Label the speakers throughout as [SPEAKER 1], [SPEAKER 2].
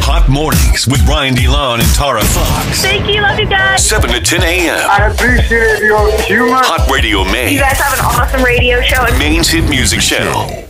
[SPEAKER 1] Hot Mornings with Ryan DeLon and Tara Fox.
[SPEAKER 2] Thank you. Love you guys.
[SPEAKER 1] 7 to 10 a.m.
[SPEAKER 3] I appreciate your humor.
[SPEAKER 1] Hot Radio Maine.
[SPEAKER 2] You guys have an awesome radio show. And
[SPEAKER 1] Maine's hit music channel.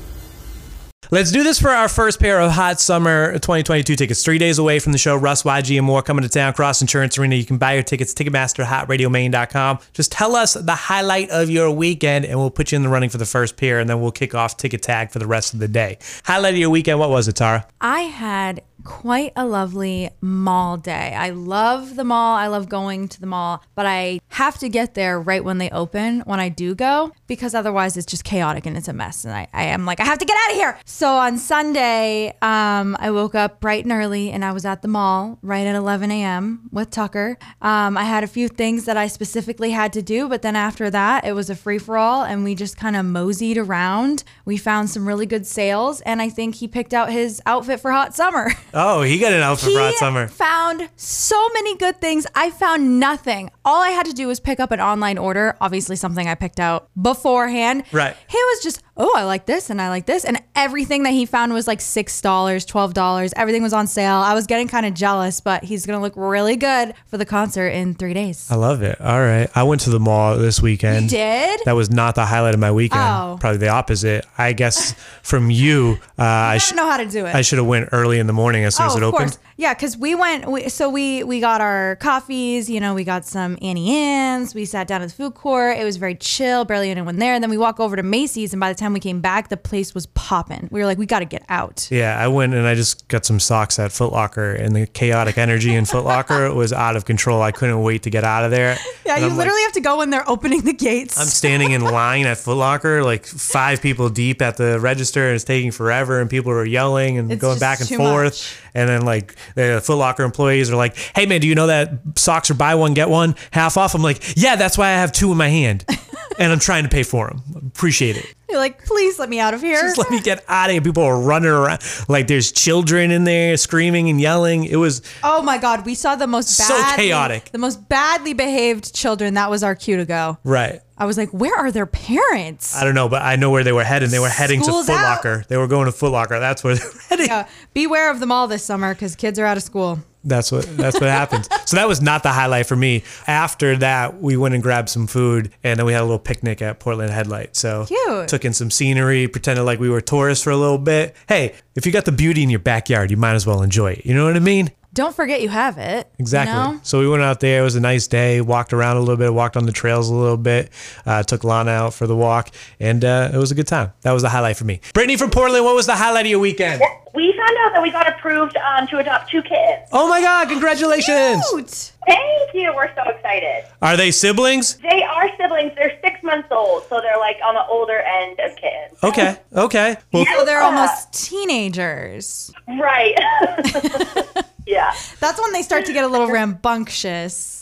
[SPEAKER 4] Let's do this for our first pair of hot summer 2022 tickets. Three days away from the show, Russ, YG, and more coming to town, Cross Insurance Arena. You can buy your tickets, Ticketmaster, HotRadioMain.com. Just tell us the highlight of your weekend, and we'll put you in the running for the first pair, and then we'll kick off Ticket Tag for the rest of the day. Highlight of your weekend, what was it, Tara?
[SPEAKER 5] I had quite a lovely mall day. I love the mall. I love going to the mall, but I have to get there right when they open when I do go because otherwise it's just chaotic and it's a mess. And I, I am like, I have to get out of here. So on Sunday, um, I woke up bright and early and I was at the mall right at 11 a.m. with Tucker. Um, I had a few things that I specifically had to do, but then after that, it was a free for all and we just kind of moseyed around. We found some really good sales and I think he picked out his outfit for hot summer.
[SPEAKER 4] Oh, he got an outfit for hot summer.
[SPEAKER 5] found so many good things. I found nothing. All I had to do was pick up an online order, obviously something I picked out beforehand.
[SPEAKER 4] Right.
[SPEAKER 5] He was just, oh, I like this and I like this. And everything that he found was like $6, $12. Everything was on sale. I was getting kind of jealous, but he's going to look really good for the concert in three days.
[SPEAKER 4] I love it. All right. I went to the mall this weekend.
[SPEAKER 5] You did?
[SPEAKER 4] That was not the highlight of my weekend.
[SPEAKER 5] Oh.
[SPEAKER 4] Probably the opposite. I guess from you, uh, I,
[SPEAKER 5] I
[SPEAKER 4] sh-
[SPEAKER 5] don't know how to do it.
[SPEAKER 4] I should have went early in the morning as soon
[SPEAKER 5] Oh,
[SPEAKER 4] as it opened.
[SPEAKER 5] Yeah, because we went. We, so we we got our coffees. You know, we got some Annie Ann's. We sat down at the food court. It was very chill, barely anyone there. And then we walk over to Macy's, and by the time we came back, the place was popping. We were like, we got to get out.
[SPEAKER 4] Yeah, I went and I just got some socks at Foot Locker, and the chaotic energy in Foot Locker was out of control. I couldn't wait to get out of there.
[SPEAKER 5] Yeah,
[SPEAKER 4] And
[SPEAKER 5] you
[SPEAKER 4] I'm like-
[SPEAKER 5] literally have to go when they're opening the gates.
[SPEAKER 4] I'm standing in line at Foot Locker, like five people deep at the register, and it's taking forever, and people are yelling and
[SPEAKER 5] It's
[SPEAKER 4] going
[SPEAKER 5] just
[SPEAKER 4] back and
[SPEAKER 5] too
[SPEAKER 4] forth. And then, like, the Foot Locker employees are like, hey, man, do you know that socks are buy one, get one, half off? I'm like, yeah, that's why I have two in my hand. and I'm trying to pay for them. Appreciate it.
[SPEAKER 5] You're like, please let me out of here.
[SPEAKER 4] Just let me get out of here. People are running around. Like, there's children in there screaming and yelling. It was
[SPEAKER 5] oh my God, we saw the most
[SPEAKER 4] So
[SPEAKER 5] badly,
[SPEAKER 4] chaotic.
[SPEAKER 5] the most badly behaved children. That was our cue to go.
[SPEAKER 4] right.
[SPEAKER 5] I was like, where are their parents?
[SPEAKER 4] I don't know, but I know where they were heading. They were heading
[SPEAKER 5] School's
[SPEAKER 4] to Foot
[SPEAKER 5] out.
[SPEAKER 4] Locker. They were going to Foot Locker. That's where they were heading.
[SPEAKER 5] Yeah, beware of them all this summer because kids are out of school.
[SPEAKER 4] That's what that's what happens. So that was not the highlight for me. After that, we went and grabbed some food, and then we had a little picnic at Portland Headlight. So
[SPEAKER 5] Cute.
[SPEAKER 4] took in some scenery, pretended like we were tourists for a little bit. Hey, if you got the beauty in your backyard, you might as well enjoy it. You know what I mean?
[SPEAKER 5] Don't forget you have it. you
[SPEAKER 4] Exactly.
[SPEAKER 5] know?
[SPEAKER 4] So we went out there. It was a nice day. Walked around a little bit. Walked on the trails a little bit. Uh, took Lana out for the walk, and uh, it was a good time. That was the highlight for me. Brittany from Portland, what was the highlight of your weekend?
[SPEAKER 2] we found out that we got approved um, to adopt two kids.
[SPEAKER 4] Oh my God! Congratulations.
[SPEAKER 5] Cute.
[SPEAKER 2] Thank you. We're so excited.
[SPEAKER 4] Are they siblings?
[SPEAKER 2] They are siblings. They're six months old, so they're like on the older end of kids.
[SPEAKER 4] Okay. Okay. Well,
[SPEAKER 5] So Oh, they're almost teenagers.
[SPEAKER 2] Right. yeah.
[SPEAKER 5] That's when they start to get a little rambunctious.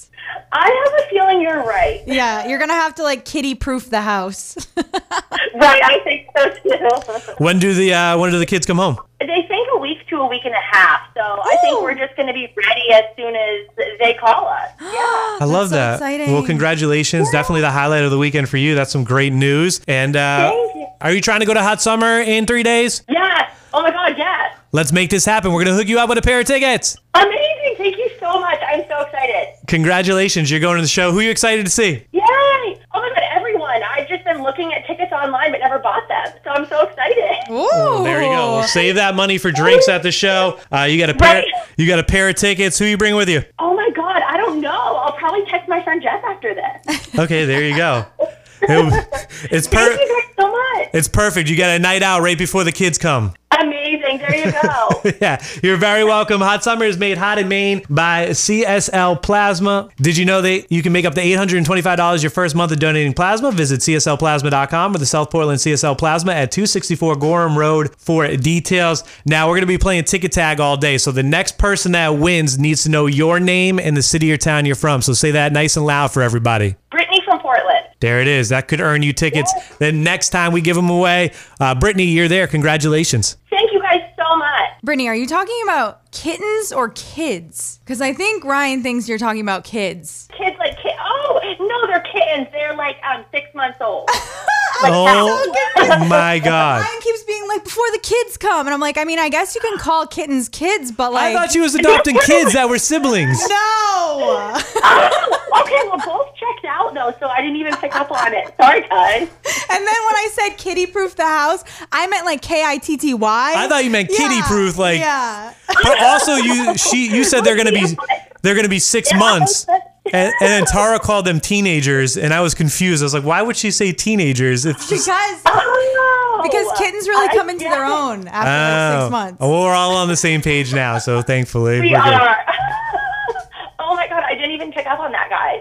[SPEAKER 2] I have a feeling you're right.
[SPEAKER 5] Yeah, you're gonna have to like kitty proof the house.
[SPEAKER 2] Right. I think so too.
[SPEAKER 4] when do the uh, when do the kids come home?
[SPEAKER 2] they think a week to a week and a half, so I think
[SPEAKER 5] Ooh.
[SPEAKER 2] we're just going to be ready as soon as they call us. Yeah.
[SPEAKER 4] I love
[SPEAKER 5] Ah, so
[SPEAKER 4] that.
[SPEAKER 5] exciting.
[SPEAKER 4] Well, congratulations. Definitely the highlight of the weekend for you. That's some great news. And uh,
[SPEAKER 2] Thank you.
[SPEAKER 4] are you trying to go to Hot Summer in three days?
[SPEAKER 2] Yes. Oh my God. Yes.
[SPEAKER 4] Let's make this happen. We're gonna hook you up with a pair of tickets.
[SPEAKER 2] Amazing. Thank you so much. I'm so excited.
[SPEAKER 4] Congratulations. You're going to the show. Who are you excited to see?
[SPEAKER 2] Yay! Oh my God, everyone. I've just been looking at tickets online but never bought them, so I'm so excited.
[SPEAKER 5] Ooh.
[SPEAKER 4] There you go. We'll
[SPEAKER 5] Oh.
[SPEAKER 4] save that money for drinks at the show. Uh, you got a pair.
[SPEAKER 2] Right.
[SPEAKER 4] You got a pair of tickets. Who you bring with you?
[SPEAKER 2] Oh my God, I don't know. I'll probably text my friend Jeff after this.
[SPEAKER 4] Okay. There you go. It- it's
[SPEAKER 2] Thank
[SPEAKER 4] per.
[SPEAKER 2] you guys so much.
[SPEAKER 4] It's perfect. You got a night out right before the kids come.
[SPEAKER 2] Amazing. There you go.
[SPEAKER 4] Yeah, you're very welcome. Hot Summer is made hot in Maine by CSL Plasma. Did you know that you can make up to $825 your first month of donating plasma? Visit CSLplasma.com or the South Portland CSL Plasma at 264 Gorham Road for details. Now, we're going to be playing ticket tag all day. So the next person that wins needs to know your name and the city or town you're from. So say that nice and loud for everybody.
[SPEAKER 2] Brittany from Portland.
[SPEAKER 4] There it is. That could earn you tickets. The next time we give them away, uh, Brittany, you're there. Congratulations.
[SPEAKER 2] Thank you guys so much.
[SPEAKER 5] Brittany, are you talking about kittens or kids? Because I think Ryan thinks you're talking about kids.
[SPEAKER 2] Kids like, ki- oh, no, they're kittens. They're like um, six months old.
[SPEAKER 5] like,
[SPEAKER 4] Oh
[SPEAKER 5] it's all good.
[SPEAKER 4] my god!
[SPEAKER 5] Ryan keeps being like, before the kids come. And I'm like, I mean, I guess you can call kittens kids, but
[SPEAKER 4] I
[SPEAKER 5] like,
[SPEAKER 4] thought you was adopting kids that were siblings.
[SPEAKER 5] no.
[SPEAKER 2] Okay, well, both checked out though, so I didn't even pick up on it. Sorry, guys.
[SPEAKER 5] And then when I said kitty proof the house, I meant like K I T T Y.
[SPEAKER 4] I thought you meant kitty proof, like.
[SPEAKER 5] Yeah.
[SPEAKER 4] But also, you she you said they're gonna be they're gonna be six months, and, and then Tara called them teenagers, and I was confused. I was like, why would she say teenagers? If she's
[SPEAKER 5] Because
[SPEAKER 2] Oh,
[SPEAKER 5] because kittens really
[SPEAKER 2] I
[SPEAKER 5] come into their
[SPEAKER 2] get it.
[SPEAKER 5] own after like
[SPEAKER 4] Oh.
[SPEAKER 5] six months.
[SPEAKER 4] Oh, we're all on the same page now, so thankfully
[SPEAKER 2] We
[SPEAKER 4] we're good.
[SPEAKER 2] are. oh my god, I didn't even pick up on that, guys.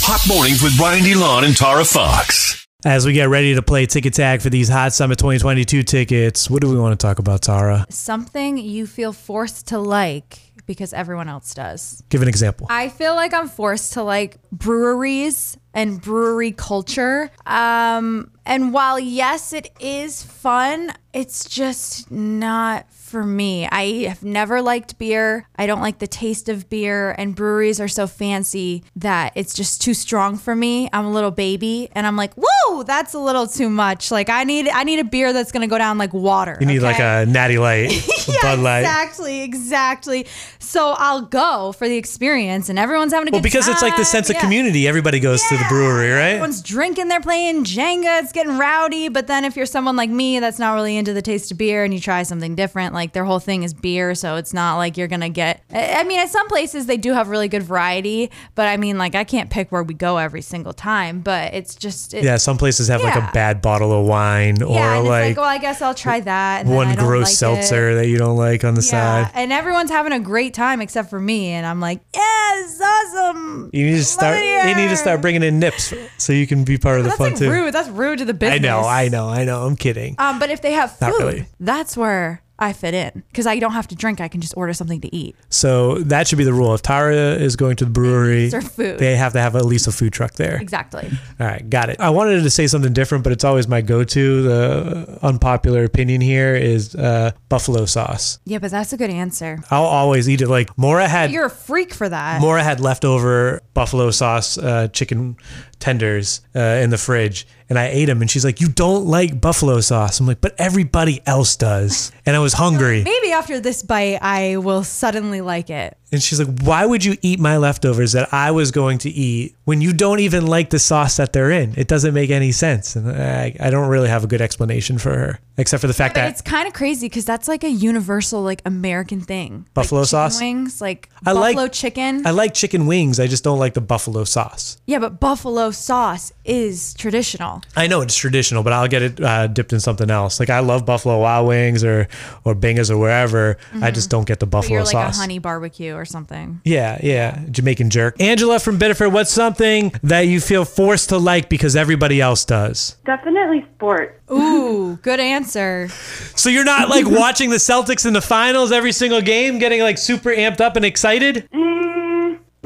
[SPEAKER 1] Hot mornings with Brian DeLon and Tara Fox.
[SPEAKER 4] As we get ready to play ticket tag for these Hot Summit 2022 tickets, what do we want to talk about, Tara?
[SPEAKER 5] Something you feel forced to like because everyone else does.
[SPEAKER 4] Give an example.
[SPEAKER 5] I feel like I'm forced to like breweries and brewery culture. Um, and while yes, it is fun, it's just not for me. I have never liked beer. I don't like the taste of beer, and breweries are so fancy that it's just too strong for me. I'm a little baby, and I'm like, whoa, that's a little too much. Like I need, I need a beer that's gonna go down like water.
[SPEAKER 4] You need like a natty light, a Bud Light.
[SPEAKER 5] Exactly, exactly. So I'll go for the experience, and everyone's having a
[SPEAKER 4] Well,
[SPEAKER 5] good time.
[SPEAKER 4] because it's like the sense of
[SPEAKER 5] Yeah.
[SPEAKER 4] community. Everybody goes to the
[SPEAKER 5] Yeah.
[SPEAKER 4] brewery, right?
[SPEAKER 5] Everyone's drinking, they're playing Jenga, it's getting rowdy. But then if you're someone like me that's not really into the taste of beer and you try something different, like their whole thing is beer, so it's not like you're gonna get. I I mean, at some places they do have really good variety, but I mean, like I can't pick where we go every single time. But it's just it,
[SPEAKER 4] Yeah, some places have like
[SPEAKER 5] Yeah.
[SPEAKER 4] a bad bottle of wine or
[SPEAKER 5] yeah, and it's
[SPEAKER 4] like,
[SPEAKER 5] like, well, I guess I'll try that. and then I
[SPEAKER 4] one
[SPEAKER 5] don't
[SPEAKER 4] gross
[SPEAKER 5] like it.
[SPEAKER 4] seltzer that you don't like on the
[SPEAKER 5] Yeah,
[SPEAKER 4] side.
[SPEAKER 5] and everyone's having a great time except for me, and I'm like, yes, awesome.
[SPEAKER 4] You need to start. You need to start bringing in nips so you can be part of the
[SPEAKER 5] That's
[SPEAKER 4] fun
[SPEAKER 5] like
[SPEAKER 4] too.
[SPEAKER 5] rude. That's rude to the
[SPEAKER 4] I
[SPEAKER 5] business.
[SPEAKER 4] know, I know, I know. I'm kidding.
[SPEAKER 5] Um, but if they have
[SPEAKER 4] Not
[SPEAKER 5] food,
[SPEAKER 4] really.
[SPEAKER 5] that's where I fit in because I don't have to drink. I can just order something to eat.
[SPEAKER 4] So that should be the rule. If Tara is going to the brewery,
[SPEAKER 5] Serve food.
[SPEAKER 4] they have to have at least a food truck there.
[SPEAKER 5] Exactly.
[SPEAKER 4] All right, got it. I wanted to say something different, but it's always my go-to. The unpopular opinion here is uh, buffalo sauce.
[SPEAKER 5] Yeah, but that's a good answer.
[SPEAKER 4] I'll always eat it. Like Mora had
[SPEAKER 5] You're a freak for that.
[SPEAKER 4] Mora had leftover buffalo sauce uh, chicken tenders uh, in the fridge, and I ate them. And she's like, "You don't like buffalo sauce?" I'm like, "But everybody else does." And I was hungry,
[SPEAKER 5] Maybe after this bite, I will suddenly like it.
[SPEAKER 4] and she's like, "Why would you eat my leftovers that I was going to eat when you don't even like the sauce that they're in? It doesn't make any sense." And I, I don't really have a good explanation for her, except for the fact
[SPEAKER 5] But
[SPEAKER 4] that
[SPEAKER 5] it's kind of crazy because that's like a universal, like American thing.
[SPEAKER 4] Buffalo
[SPEAKER 5] like chicken
[SPEAKER 4] sauce?
[SPEAKER 5] wings, like
[SPEAKER 4] I like-
[SPEAKER 5] buffalo chicken.
[SPEAKER 4] I like chicken wings. I just don't like the buffalo sauce.
[SPEAKER 5] yeah, but buffalo sauce is traditional.
[SPEAKER 4] I know it's traditional, but I'll get it uh, dipped in something else. Like I love Buffalo Wild Wings or or Bingas or wherever. I just don't get the
[SPEAKER 5] Mm-hmm. But
[SPEAKER 4] buffalo
[SPEAKER 5] you're like
[SPEAKER 4] sauce.
[SPEAKER 5] a honey barbecue or something.
[SPEAKER 4] Yeah, yeah, Jamaican jerk. Angela from Biddeford, what's something that you feel forced to like because everybody else does?
[SPEAKER 6] Definitely sports.
[SPEAKER 5] Ooh, good answer.
[SPEAKER 4] So you're not like watching the Celtics in the finals every single game, getting like super amped up and excited,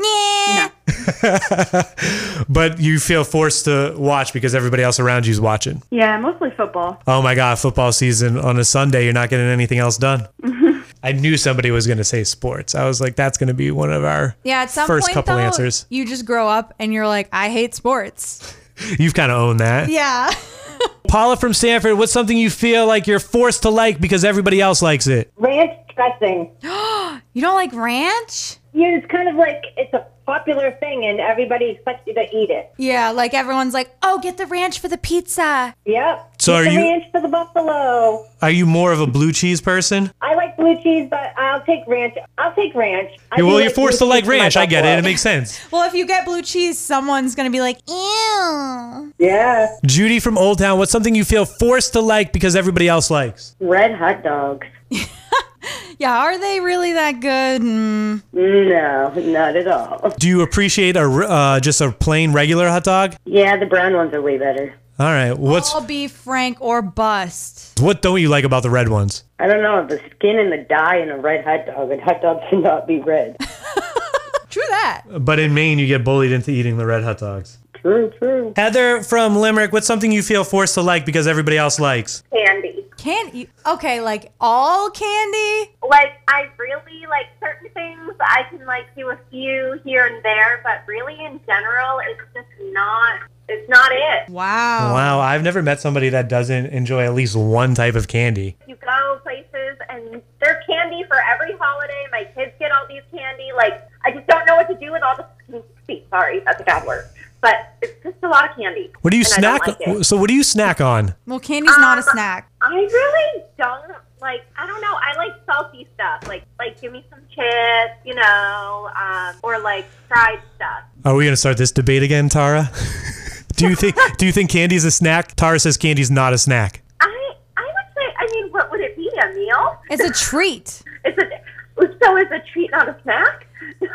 [SPEAKER 5] Yeah.
[SPEAKER 4] but you feel forced to watch because everybody else around you is watching.
[SPEAKER 6] Yeah, mostly football.
[SPEAKER 4] Oh my God, football season on a Sunday, you're not getting anything else done. I knew somebody was going to say sports. I was like, that's going to be one of our
[SPEAKER 5] Yeah, at some
[SPEAKER 4] first
[SPEAKER 5] point,
[SPEAKER 4] couple
[SPEAKER 5] though,
[SPEAKER 4] answers.
[SPEAKER 5] You just grow up and you're like, I hate sports.
[SPEAKER 4] You've kind of owned that.
[SPEAKER 5] Yeah.
[SPEAKER 4] Paula from Stanford, what's something you feel like you're forced to like because everybody else likes it?
[SPEAKER 7] ranch dressing.
[SPEAKER 5] You don't like ranch?
[SPEAKER 7] Yeah, it's kind of like it's a popular thing, and everybody expects you to eat it.
[SPEAKER 5] Yeah, like everyone's like, oh, get the ranch for the pizza.
[SPEAKER 7] Yep.
[SPEAKER 4] So
[SPEAKER 7] Get
[SPEAKER 4] are
[SPEAKER 7] the
[SPEAKER 4] you-
[SPEAKER 7] ranch for the buffalo?
[SPEAKER 4] Are you more of a blue cheese person?
[SPEAKER 7] I like blue cheese, but I'll take ranch. I'll take ranch. I do
[SPEAKER 4] well, you're
[SPEAKER 7] like
[SPEAKER 4] forced to
[SPEAKER 7] blue
[SPEAKER 4] like
[SPEAKER 7] cheese for my
[SPEAKER 4] ranch. I get it. It
[SPEAKER 7] buffalo.
[SPEAKER 4] makes sense.
[SPEAKER 5] Well, if you get blue cheese, someone's going to be like, ew.
[SPEAKER 7] Yeah,
[SPEAKER 4] Judy from Old Town, what's something you feel forced to like because everybody else likes?
[SPEAKER 7] red hot dogs.
[SPEAKER 5] Yeah, are they really that good? Mm.
[SPEAKER 7] No, not at all.
[SPEAKER 4] Do you appreciate a r- uh, just a plain regular hot dog?
[SPEAKER 7] Yeah, the brown ones are way better.
[SPEAKER 4] All right. What's
[SPEAKER 5] I'll be frank or bust.
[SPEAKER 4] what don't you like about the red ones?
[SPEAKER 7] I don't know the skin and the dye in a red hot dog, and hot dogs cannot be red.
[SPEAKER 5] True that.
[SPEAKER 4] But in Maine, you get bullied into eating the red hot dogs.
[SPEAKER 7] true, true.
[SPEAKER 4] Heather from Limerick, what's something you feel forced to like because everybody else likes?
[SPEAKER 2] Candy.
[SPEAKER 5] Can't you? Okay, like all candy?
[SPEAKER 2] Like I really like certain things. I can like do a few here and there, but really in general, it's just not It's not it.
[SPEAKER 5] Wow.
[SPEAKER 4] Wow, I've never met somebody that doesn't enjoy at least one type of candy.
[SPEAKER 2] You go places and there's candy for every holiday. My kids get all these candy. Like, I just don't know what to do with all the candy. Sorry, that's a bad word. But it's just a lot of candy.
[SPEAKER 4] What do you
[SPEAKER 2] and
[SPEAKER 4] snack?
[SPEAKER 2] I don't like it.
[SPEAKER 4] so what do you snack on?
[SPEAKER 5] Well, candy's not a
[SPEAKER 2] Um,
[SPEAKER 5] snack.
[SPEAKER 2] I really don't like. I don't know. I like salty stuff, like like give me some chips, you know, um, or like fried stuff.
[SPEAKER 4] Are we gonna start this debate again, Tara? do you think do you think candy's a snack? Tara says candy's not a snack.
[SPEAKER 2] I I would say. I mean, what would it be? A meal?
[SPEAKER 5] It's a treat.
[SPEAKER 2] It's a so is a treat not a snack.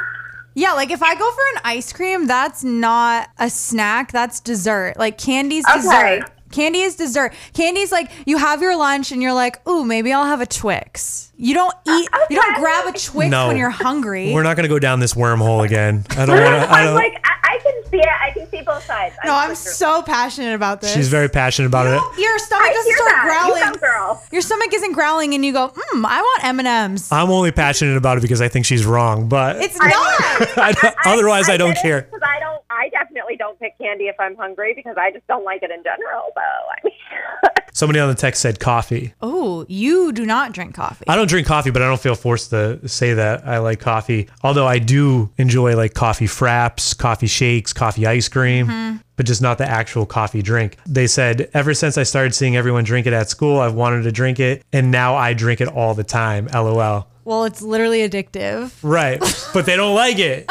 [SPEAKER 5] Yeah, like if I go for an ice cream, that's not a snack, that's dessert. Like candy's
[SPEAKER 2] Okay.
[SPEAKER 5] dessert. Candy is dessert. Candy's like you have your lunch and you're like, "Ooh, maybe I'll have a Twix." You don't eat you don't
[SPEAKER 2] Uh, okay.
[SPEAKER 5] grab a Twix
[SPEAKER 4] No.
[SPEAKER 5] when you're hungry.
[SPEAKER 4] We're not gonna go down this wormhole again. I don't want to. I
[SPEAKER 2] I'm
[SPEAKER 4] don't.
[SPEAKER 2] like I, I can see it. I can see both sides.
[SPEAKER 5] no, I'm
[SPEAKER 2] sure.
[SPEAKER 5] so passionate about this.
[SPEAKER 4] She's very passionate about it.
[SPEAKER 5] your stomach
[SPEAKER 2] I
[SPEAKER 5] doesn't
[SPEAKER 2] hear
[SPEAKER 5] start
[SPEAKER 2] that. You
[SPEAKER 5] growling.
[SPEAKER 2] go, girl.
[SPEAKER 5] Your stomach isn't growling and you go, "Mm, I want M&Ms."
[SPEAKER 4] I'm only passionate about it because I think she's wrong, but
[SPEAKER 5] it's not.
[SPEAKER 4] I don't- otherwise I, don't
[SPEAKER 2] did it
[SPEAKER 4] care.
[SPEAKER 2] 'cause I don't. I definitely don't pick candy if I'm hungry because I just don't like it in general. Though I mean,
[SPEAKER 4] Somebody on the text said coffee.
[SPEAKER 5] oh, you do not drink coffee.
[SPEAKER 4] I don't drink coffee, but I don't feel forced to say that I like coffee. Although I do enjoy like coffee fraps, coffee shakes, coffee ice cream, but just not the actual coffee drink. They said, ever since I started seeing everyone drink it at school, I've wanted to drink it, and now I drink it all the time. LOL.
[SPEAKER 5] Well, it's literally addictive.
[SPEAKER 4] Right. but they don't like it.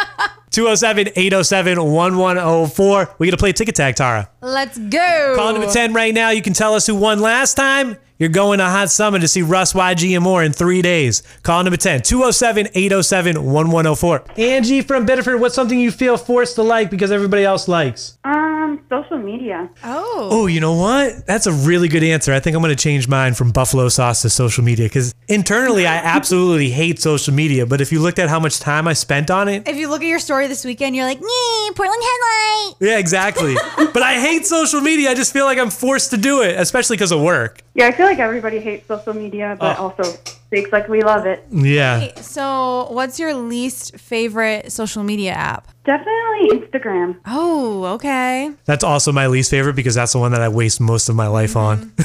[SPEAKER 4] 207 807 1104. We're going to play Ticket Tag, Tara.
[SPEAKER 5] Let's go.
[SPEAKER 4] Call number 10 right now. You can tell us who won last time. You're going to Hot Summer to see Russ, YG, and more in three days. Call number 10, 207 807 1104. Angie from Biddeford, what's something you feel forced to like because everybody else likes?
[SPEAKER 6] Um, social media.
[SPEAKER 5] Oh.
[SPEAKER 4] Oh, you know what? That's a really good answer. I think I'm going to change mine from buffalo sauce to social media because internally, I absolutely hate social media. But if you looked at how much time I spent on it,
[SPEAKER 5] If you look at your story this weekend, you're like, yay, Portland headlight.
[SPEAKER 4] yeah, exactly. but I hate social media. I just feel like I'm forced to do it, especially because of work.
[SPEAKER 6] Yeah, I feel like everybody hates social media, but also thinks like we love it.
[SPEAKER 4] Yeah.
[SPEAKER 5] So, what's your least favorite social media app?
[SPEAKER 6] Definitely Instagram.
[SPEAKER 5] Oh, okay.
[SPEAKER 4] That's also my least favorite because that's the one that I waste most of my life on.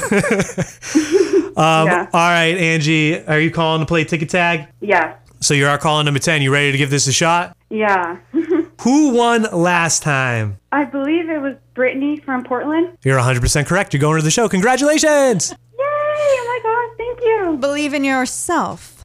[SPEAKER 6] yeah.
[SPEAKER 4] All right, Angie, are you calling to play ticket tag?
[SPEAKER 6] yeah.
[SPEAKER 4] So you're our calling number 10. You ready to give this a shot?
[SPEAKER 6] Yeah.
[SPEAKER 4] Who won last time?
[SPEAKER 6] I believe it was Brittany from Portland.
[SPEAKER 4] You're 100% correct. You're going to the show. Congratulations.
[SPEAKER 6] Yay! Oh my gosh, thank you.
[SPEAKER 5] Believe in yourself.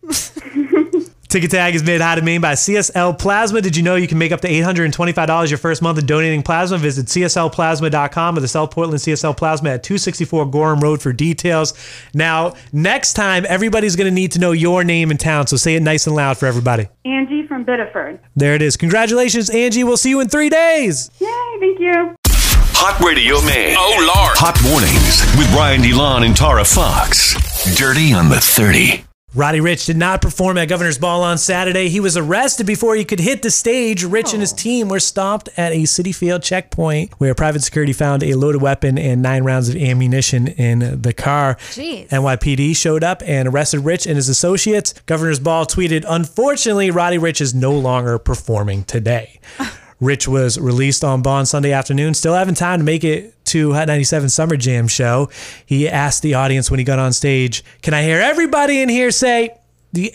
[SPEAKER 4] Ticket Tag is made out of Maine by CSL Plasma. Did you know you can make up to $825 your first month of donating plasma? Visit CSLplasma.com or the South Portland CSL Plasma at 264 Gorham Road for details. Now, next time, everybody's going to need to know your name and town, so say it nice and loud for everybody.
[SPEAKER 6] Angie from Biddeford.
[SPEAKER 4] There it is. Congratulations, Angie. We'll see you in three days.
[SPEAKER 6] Yay! Thank you.
[SPEAKER 1] Hot Radio Maine. Oh, Lord. Hot Mornings with Brian DeLon and Tara Fox. Dirty on the 30.
[SPEAKER 4] Roddy Rich did not perform at Governor's Ball on Saturday. He was arrested before he could hit the stage. Rich and his team were stopped at a city field checkpoint where private security found a loaded weapon and nine rounds of ammunition in the car.
[SPEAKER 5] Jeez.
[SPEAKER 4] NYPD showed up and arrested Rich and his associates. Governor's Ball tweeted, Unfortunately, Roddy Rich is no longer performing today. Rich was released on bond Sunday afternoon, still having time to make it to Hot 97 Summer Jam show. He asked the audience when he got on stage, Can I hear everybody in here say the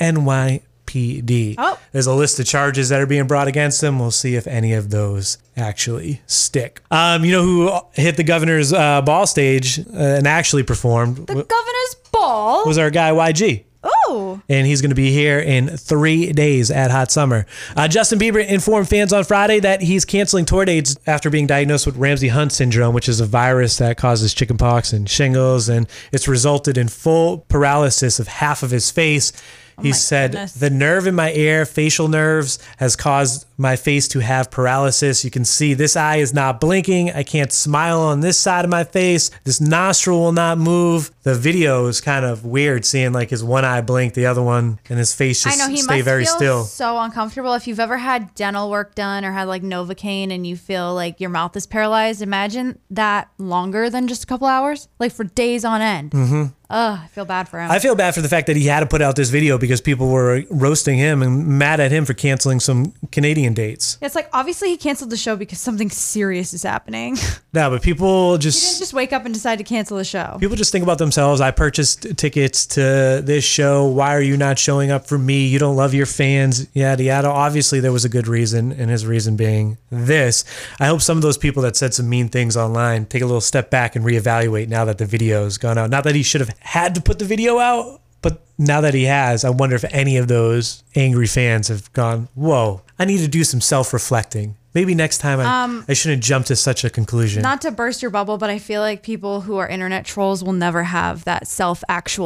[SPEAKER 4] NYPD?
[SPEAKER 5] Oh.
[SPEAKER 4] There's a list of charges that are being brought against him. We'll see if any of those actually stick. Um, you know who hit the governor's uh, ball stage uh, and actually performed
[SPEAKER 5] The governor's ball.
[SPEAKER 4] was our guy YG
[SPEAKER 5] oh,
[SPEAKER 4] and he's going to be here in three days at Hot Summer. Uh, Justin Bieber informed fans on Friday that he's canceling tour dates after being diagnosed with Ramsey Hunt syndrome, which is a virus that causes chickenpox and shingles, and it's resulted in full paralysis of half of his face. He
[SPEAKER 5] Oh my
[SPEAKER 4] said,
[SPEAKER 5] goodness.
[SPEAKER 4] The nerve in my ear, facial nerves, has caused my face to have paralysis. You can see this eye is not blinking. I can't smile on this side of my face. This nostril will not move. The video is kind of weird seeing like his one eye blink, the other one, and his face
[SPEAKER 5] I
[SPEAKER 4] just
[SPEAKER 5] know he
[SPEAKER 4] stay
[SPEAKER 5] must
[SPEAKER 4] very
[SPEAKER 5] feel
[SPEAKER 4] still.
[SPEAKER 5] so uncomfortable. If you've ever had dental work done or had like Novocaine and you feel like your mouth is paralyzed, imagine that longer than just a couple hours, like for days on end. Mm-hmm. Ugh, I feel bad for him.
[SPEAKER 4] I feel bad for the fact that he had to put out this video because people were roasting him and mad at him for canceling some Canadian million dates.
[SPEAKER 5] It's like obviously he canceled the show because something serious is happening. He
[SPEAKER 4] No, but people
[SPEAKER 5] didn't
[SPEAKER 4] just
[SPEAKER 5] just wake up and decide to cancel the show.
[SPEAKER 4] people just think about themselves. I purchased tickets to this show. Why are you not showing up for me? You don't love your fans. Yada yada. Obviously, there was a good reason, and his reason being this. I hope some of those people that said some mean things online take a little step back and reevaluate now that the video's gone out. Not that he should have had to put the video out, but now that he has, I wonder if any of those angry fans have gone, "Whoa, I need to do some self-reflecting." Maybe next time I, I shouldn't jump to such a conclusion.
[SPEAKER 5] Not to burst your bubble, but I feel like people who are internet trolls will never have that self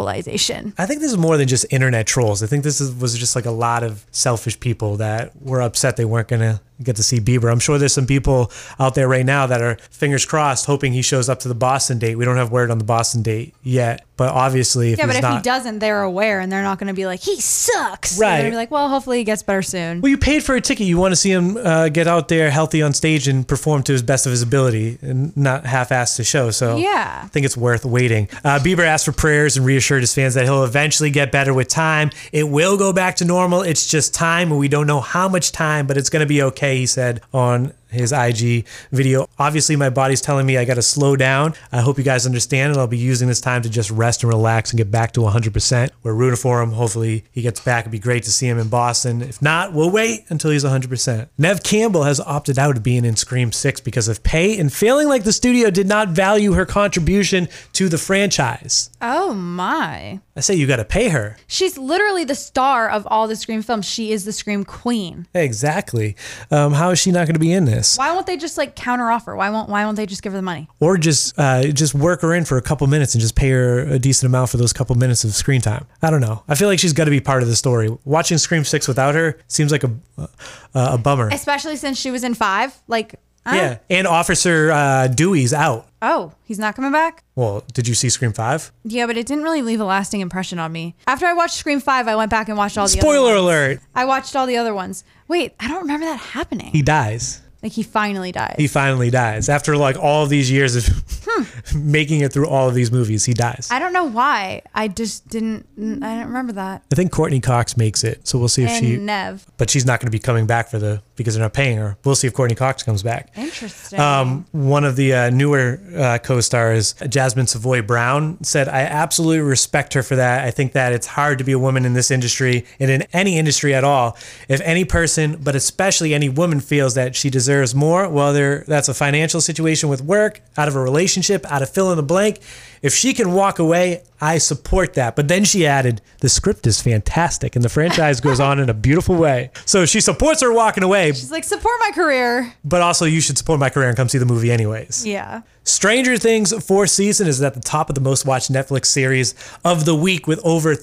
[SPEAKER 5] actualization.
[SPEAKER 4] I think this is more than just internet trolls. I think this is, was just like a lot of selfish people that were upset they weren't going to get to see Bieber. I'm sure there's some people out there right now that are fingers crossed hoping he shows up to the Boston date. We don't have word on the Boston date yet, but obviously if
[SPEAKER 5] Yeah, but
[SPEAKER 4] he's
[SPEAKER 5] if
[SPEAKER 4] not
[SPEAKER 5] he doesn't, they're aware and they're not going to be like, he sucks. They're going
[SPEAKER 4] Right.
[SPEAKER 5] to be like, well, hopefully he gets better soon.
[SPEAKER 4] Well, you paid for a ticket. You want to see him uh, get out there healthy on stage and perform to his best of his ability and not half assed to show. So
[SPEAKER 5] Yeah.
[SPEAKER 4] I think it's worth waiting. Uh, Bieber asked for prayers and reassured his fans that he'll eventually get better with time. It will go back to normal. It's just time. and We don't know how much time, but it's going to be okay, he said on his IG video. Obviously, my body's telling me I got to slow down. I hope you guys understand, and I'll be using this time to just rest and relax and get back to 100%. We're rooting for him. Hopefully, he gets back. It'd be great to see him in Boston. If not, we'll wait until he's 100%. Nev Campbell has opted out of being in Scream 6 because of pay and feeling like the studio did not value her contribution to the franchise.
[SPEAKER 5] Oh my.
[SPEAKER 4] I say you got to pay her.
[SPEAKER 5] She's literally the star of all the Scream films. She is the Scream queen.
[SPEAKER 4] Exactly. Um, how is she not going to be in this?
[SPEAKER 5] Why won't they just like counter offer? Why won't why won't they just give her the money?
[SPEAKER 4] or just uh, just work her in for a couple minutes and just pay her a decent amount for those couple minutes of screen time. I don't know. I feel like she's got to be part of the story. Watching Scream Six without her seems like a uh, a bummer.
[SPEAKER 5] Especially since she was in five. Like, uh,
[SPEAKER 4] Yeah, and Officer uh, Dewey's out.
[SPEAKER 5] oh, he's not coming back?
[SPEAKER 4] Well, did you see Scream Five?
[SPEAKER 5] Yeah, but it didn't really leave a lasting impression on me. After I watched Scream 5, I went back and watched all the other
[SPEAKER 4] Spoiler
[SPEAKER 5] ones.
[SPEAKER 4] alert:
[SPEAKER 5] I watched all the other ones. Wait, I don't remember that happening.
[SPEAKER 4] He dies.
[SPEAKER 5] like he finally died.
[SPEAKER 4] He finally dies after like all these years of making it through all of these movies. He dies.
[SPEAKER 5] Hmm. I don't know why. I just didn't I don't remember that.
[SPEAKER 4] I think Courtney Cox makes it, so we'll see if
[SPEAKER 5] And
[SPEAKER 4] she.
[SPEAKER 5] Nev.
[SPEAKER 4] But she's not going to be coming back for the because they're not paying her. We'll see if Courtney Cox comes back.
[SPEAKER 5] Interesting.
[SPEAKER 4] Um, one of the uh, newer uh, co-stars, Jasmine Savoy Brown, said, "I absolutely respect her for that. I think that it's hard to be a woman in this industry and in any industry at all. If any person, but especially any woman, feels that she deserves more, whether that's a financial situation with work, out of a relationship, out of fill in the blank, if she can walk away, I support that." But then she added, "The script is fantastic, and the franchise goes on in a beautiful way." So she supports her walking away,
[SPEAKER 5] She's like, support my career.
[SPEAKER 4] but also you should support my career and come see the movie anyways.
[SPEAKER 5] Yeah.
[SPEAKER 4] Stranger Things fourth season is at the top of the most watched Netflix series of the week with over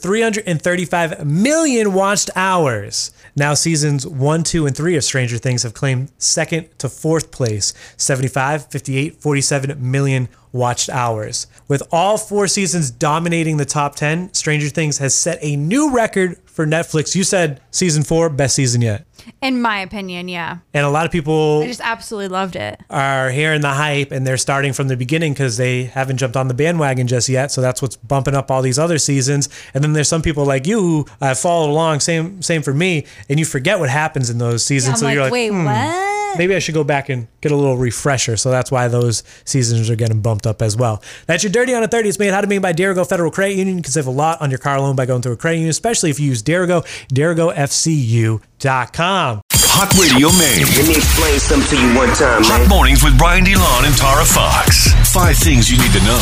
[SPEAKER 4] 335 million watched hours. Now, seasons one, two, and three of Stranger Things have claimed second to fourth place 75, 58, 47 million watched hours. With all four seasons dominating the top 10, Stranger Things has set a new record for Netflix. You said season four, best season yet.
[SPEAKER 5] In my opinion, yeah.
[SPEAKER 4] And a lot of people
[SPEAKER 5] I just absolutely loved it.
[SPEAKER 4] are hearing the hype and they're starting from the beginning because they haven't jumped on the bandwagon just yet. So that's what's bumping up all these other seasons. And then there's some people like you who uh, followed along, same same for me, and you forget what happens in those seasons.
[SPEAKER 5] I'm
[SPEAKER 4] so
[SPEAKER 5] like,
[SPEAKER 4] you're like,
[SPEAKER 5] wait,
[SPEAKER 4] "Hmm,
[SPEAKER 5] what?
[SPEAKER 4] maybe I should go back and get a little refresher. So that's why those seasons are getting bumped up as well. That's your Dirty on a 30. It's made how to made by Derigo Federal Credit Union. You can save a lot on your car loan by going through a credit union, especially if you use Derigo, DerigoFCU.com.
[SPEAKER 1] Hot Radio Maine.
[SPEAKER 8] Let me explain something to you one time,
[SPEAKER 1] Hot
[SPEAKER 8] man.
[SPEAKER 1] mornings with Brian DeLon and Tara Fox. Five things you need to know.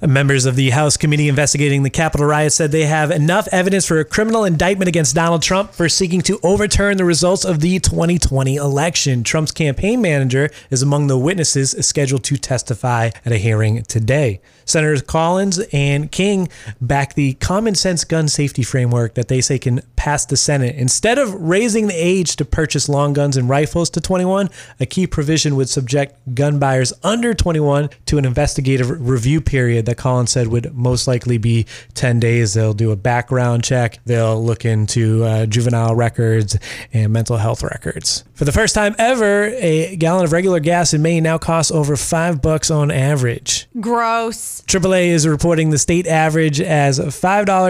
[SPEAKER 4] Members of the House committee investigating the Capitol riot said they have enough evidence for a criminal indictment against Donald Trump for seeking to overturn the results of the 2020 election. Trump's campaign manager is among the witnesses scheduled to testify at a hearing today. Senators Collins and King back the common sense gun safety framework that they say can pass the Senate. Instead of raising the age to purchase long guns and rifles to 21, a key provision would subject gun buyers under 21 to an investigative review period that Colin said would most likely be 10 days. They'll do a background check, they'll look into uh, juvenile records and mental health records. For the first time ever, a gallon of regular gas in Maine now costs over five bucks on average.
[SPEAKER 5] Gross.
[SPEAKER 4] AAA is reporting the state average as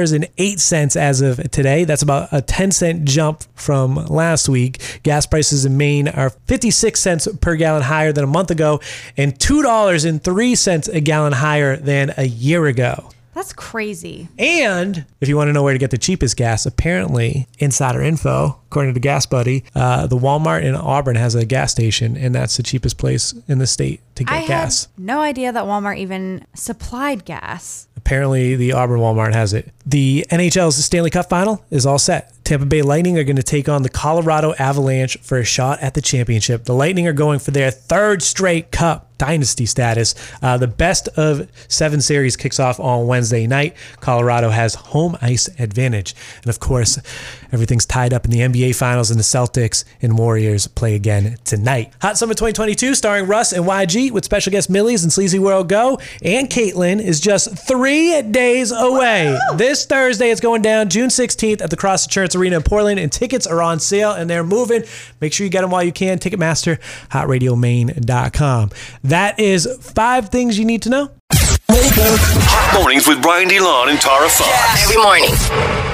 [SPEAKER 4] $5.08 as of today. That's about a 10 cent jump from last week. Gas prices in Maine are 56 cents per gallon higher than a month ago and $2.03 a gallon higher than a year ago.
[SPEAKER 5] That's crazy.
[SPEAKER 4] And if you want to know where to get the cheapest gas, apparently insider info, according to Gas Buddy, uh, the Walmart in Auburn has a gas station, and that's the cheapest place in the state to get
[SPEAKER 5] I
[SPEAKER 4] gas.
[SPEAKER 5] had no idea that Walmart even supplied gas.
[SPEAKER 4] Apparently, the Auburn Walmart has it. The NHL's Stanley Cup final is all set. Tampa Bay Lightning are going to take on the Colorado Avalanche for a shot at the championship. The Lightning are going for their third straight cup dynasty status. Uh, the best of seven series kicks off on Wednesday night. Colorado has home ice advantage. And of course, everything's tied up in the NBA Finals, and the Celtics and Warriors play again tonight. Hot Summer 2022, starring Russ and YG with special guest Millie's and Sleazy World Go and Caitlin, is just three days away. This Thursday, it's going down June 16th at the Cross Insurance Arena in Portland, and tickets are on sale and they're moving. Make sure you get them while you can. Ticketmaster, hotradiomain.com. That is five things you need to know.
[SPEAKER 1] Hot mornings with Brian DeLon and Tara Fox.
[SPEAKER 8] Every morning.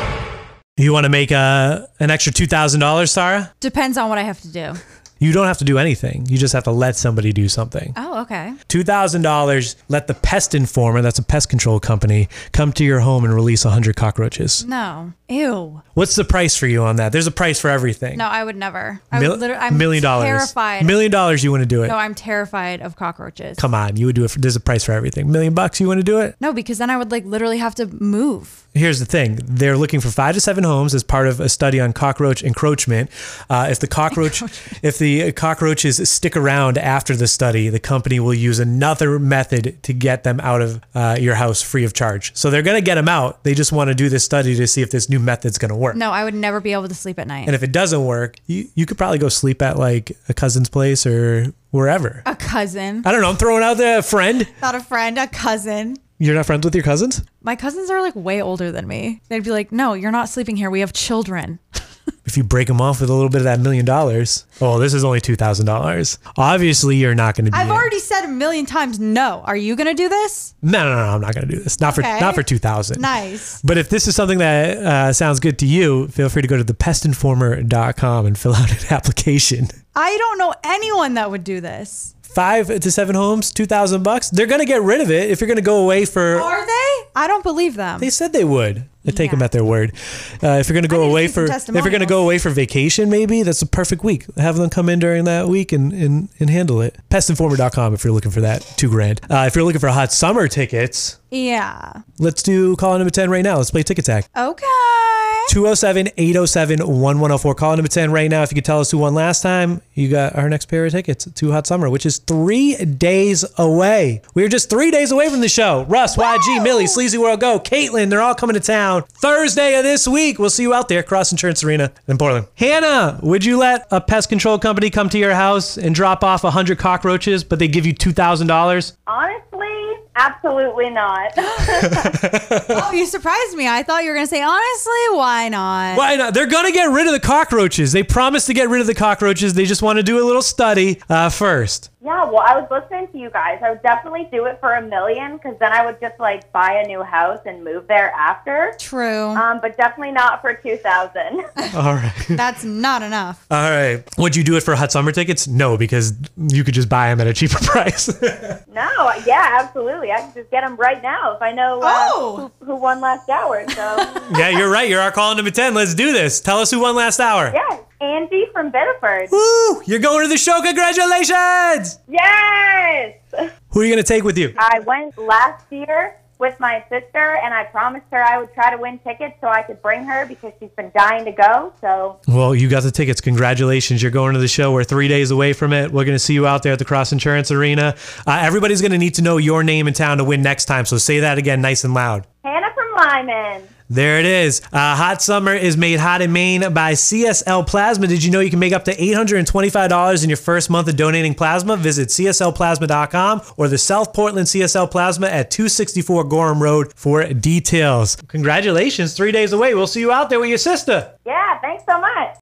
[SPEAKER 4] You want to make uh, an extra $2,000, Sarah?
[SPEAKER 5] Depends on what I have to do.
[SPEAKER 4] You don't have to do anything. You just have to let somebody do something.
[SPEAKER 5] Oh, okay.
[SPEAKER 4] $2,000, let the pest informer, that's a pest control company, come to your home and release 100 cockroaches.
[SPEAKER 5] No. Ew.
[SPEAKER 4] What's the price for you on that? There's a price for everything.
[SPEAKER 5] No, I would never. I
[SPEAKER 4] Mil-
[SPEAKER 5] would literally, I'm
[SPEAKER 4] million dollars.
[SPEAKER 5] terrified.
[SPEAKER 4] Million dollars, you want to do it.
[SPEAKER 5] No, I'm terrified of cockroaches.
[SPEAKER 4] Come on, you would do it. For, there's a price for everything. Million bucks, you want to do it?
[SPEAKER 5] No, because then I would like literally have to move.
[SPEAKER 4] Here's the thing they're looking for five to seven homes as part of a study on cockroach encroachment. Uh, if the cockroach, if the cockroaches stick around after the study, the company will use another method to get them out of uh, your house free of charge. So they're going to get them out. They just want to do this study to see if this new method's going to work.
[SPEAKER 5] No, I would never be able to sleep at night.
[SPEAKER 4] And if it doesn't work, you, you could probably go sleep at like a cousin's place or wherever.
[SPEAKER 5] a cousin,
[SPEAKER 4] I don't know. I'm throwing out the friend.
[SPEAKER 5] not a friend, a cousin.
[SPEAKER 4] You're not friends with your cousins?
[SPEAKER 5] My cousins are like way older than me. They'd be like, "No, you're not sleeping here. We have children."
[SPEAKER 4] if you break them off with a little bit of that million dollars, oh, this is only two thousand dollars. Obviously, you're not going to. be
[SPEAKER 5] I've
[SPEAKER 4] it.
[SPEAKER 5] already said a million times, "No, are you going to do this?"
[SPEAKER 4] No, no, no. I'm not going to do this. Not for
[SPEAKER 5] Okay.
[SPEAKER 4] not for two thousand.
[SPEAKER 5] Nice.
[SPEAKER 4] But if this is something that uh, sounds good to you, feel free to go to thepestinformer.com and fill out an application.
[SPEAKER 5] I don't know anyone that would do this.
[SPEAKER 4] Five to seven homes, two thousand bucks. They're going to get rid of it if you're going to go away for.
[SPEAKER 5] Are they? I don't believe them.
[SPEAKER 4] They said they would. I take them
[SPEAKER 5] Yeah.
[SPEAKER 4] at their word. Uh, if you're gonna go
[SPEAKER 5] need to
[SPEAKER 4] away
[SPEAKER 5] see some
[SPEAKER 4] for if you're gonna go
[SPEAKER 5] testimonials.
[SPEAKER 4] away for vacation, maybe that's a perfect week. Have them come in during that week and and, and handle it. Pestinformer.com if you're looking for that two grand. Uh, if you're looking for hot summer tickets,
[SPEAKER 5] yeah.
[SPEAKER 4] let's do call number ten right now. Let's play ticket tag.
[SPEAKER 5] Okay.
[SPEAKER 4] 207-807-1104. Call number 10 right now. If you could tell us who won last time, you got our next pair of tickets to Hot Summer, which is three days away. We are just three days away from the show. Russ, YG, Millie, Sleazy World Go, Caitlin, they're all coming to town Thursday of this week. We'll see you out there, Cross Insurance Arena in Portland. Hannah, would you let a pest control company come to your house and drop off 100 cockroaches, but they give you $2,000?
[SPEAKER 2] Honestly, absolutely not.
[SPEAKER 5] Oh, you surprised me. I thought you were going to say, honestly, why not?
[SPEAKER 4] Why not? They're gonna get rid of the cockroaches. They promised to get rid of the cockroaches. They just want to do a little study uh, first.
[SPEAKER 2] Yeah, well, I was listening to you guys. I would definitely do it for a million because then I would just like buy a new house and move there after.
[SPEAKER 5] True.
[SPEAKER 2] Um, but definitely not for two thousand.
[SPEAKER 4] All right.
[SPEAKER 5] That's not enough.
[SPEAKER 4] All right. Would you do it for hot summer tickets? No, because you could just buy them at a cheaper price.
[SPEAKER 2] no, yeah, absolutely. I can just get them right now if I know uh,
[SPEAKER 5] Oh.
[SPEAKER 2] who, who won last hour. So
[SPEAKER 4] yeah, you're right. You're our call number 10. Let's do this. Tell us who won last hour.
[SPEAKER 2] yeah, Angie from Biddeford.
[SPEAKER 4] Woo! You're going to the show. Congratulations.
[SPEAKER 2] Yes,
[SPEAKER 4] Who are you going to take with you?
[SPEAKER 2] I went last year with my sister, and I promised her I would try to win tickets so I could bring her because she's been dying to go. So
[SPEAKER 4] Well, you got the tickets. Congratulations. You're going to the show. We're three days away from it. We're going to see you out there at the Cross Insurance Arena. Uh, everybody's going to need to know your name and town to win next time. So say that again nice and loud.
[SPEAKER 2] Hannah from Lyman.
[SPEAKER 4] There it is. Uh, hot summer is made hot in Maine by CSL Plasma. Did you know you can make up to $825 in your first month of donating plasma? Visit CSLplasma.com or the South Portland CSL Plasma at 264 Gorham Road for details. Congratulations, three days away. We'll see you out there with your sister.
[SPEAKER 2] Yeah, thanks so much.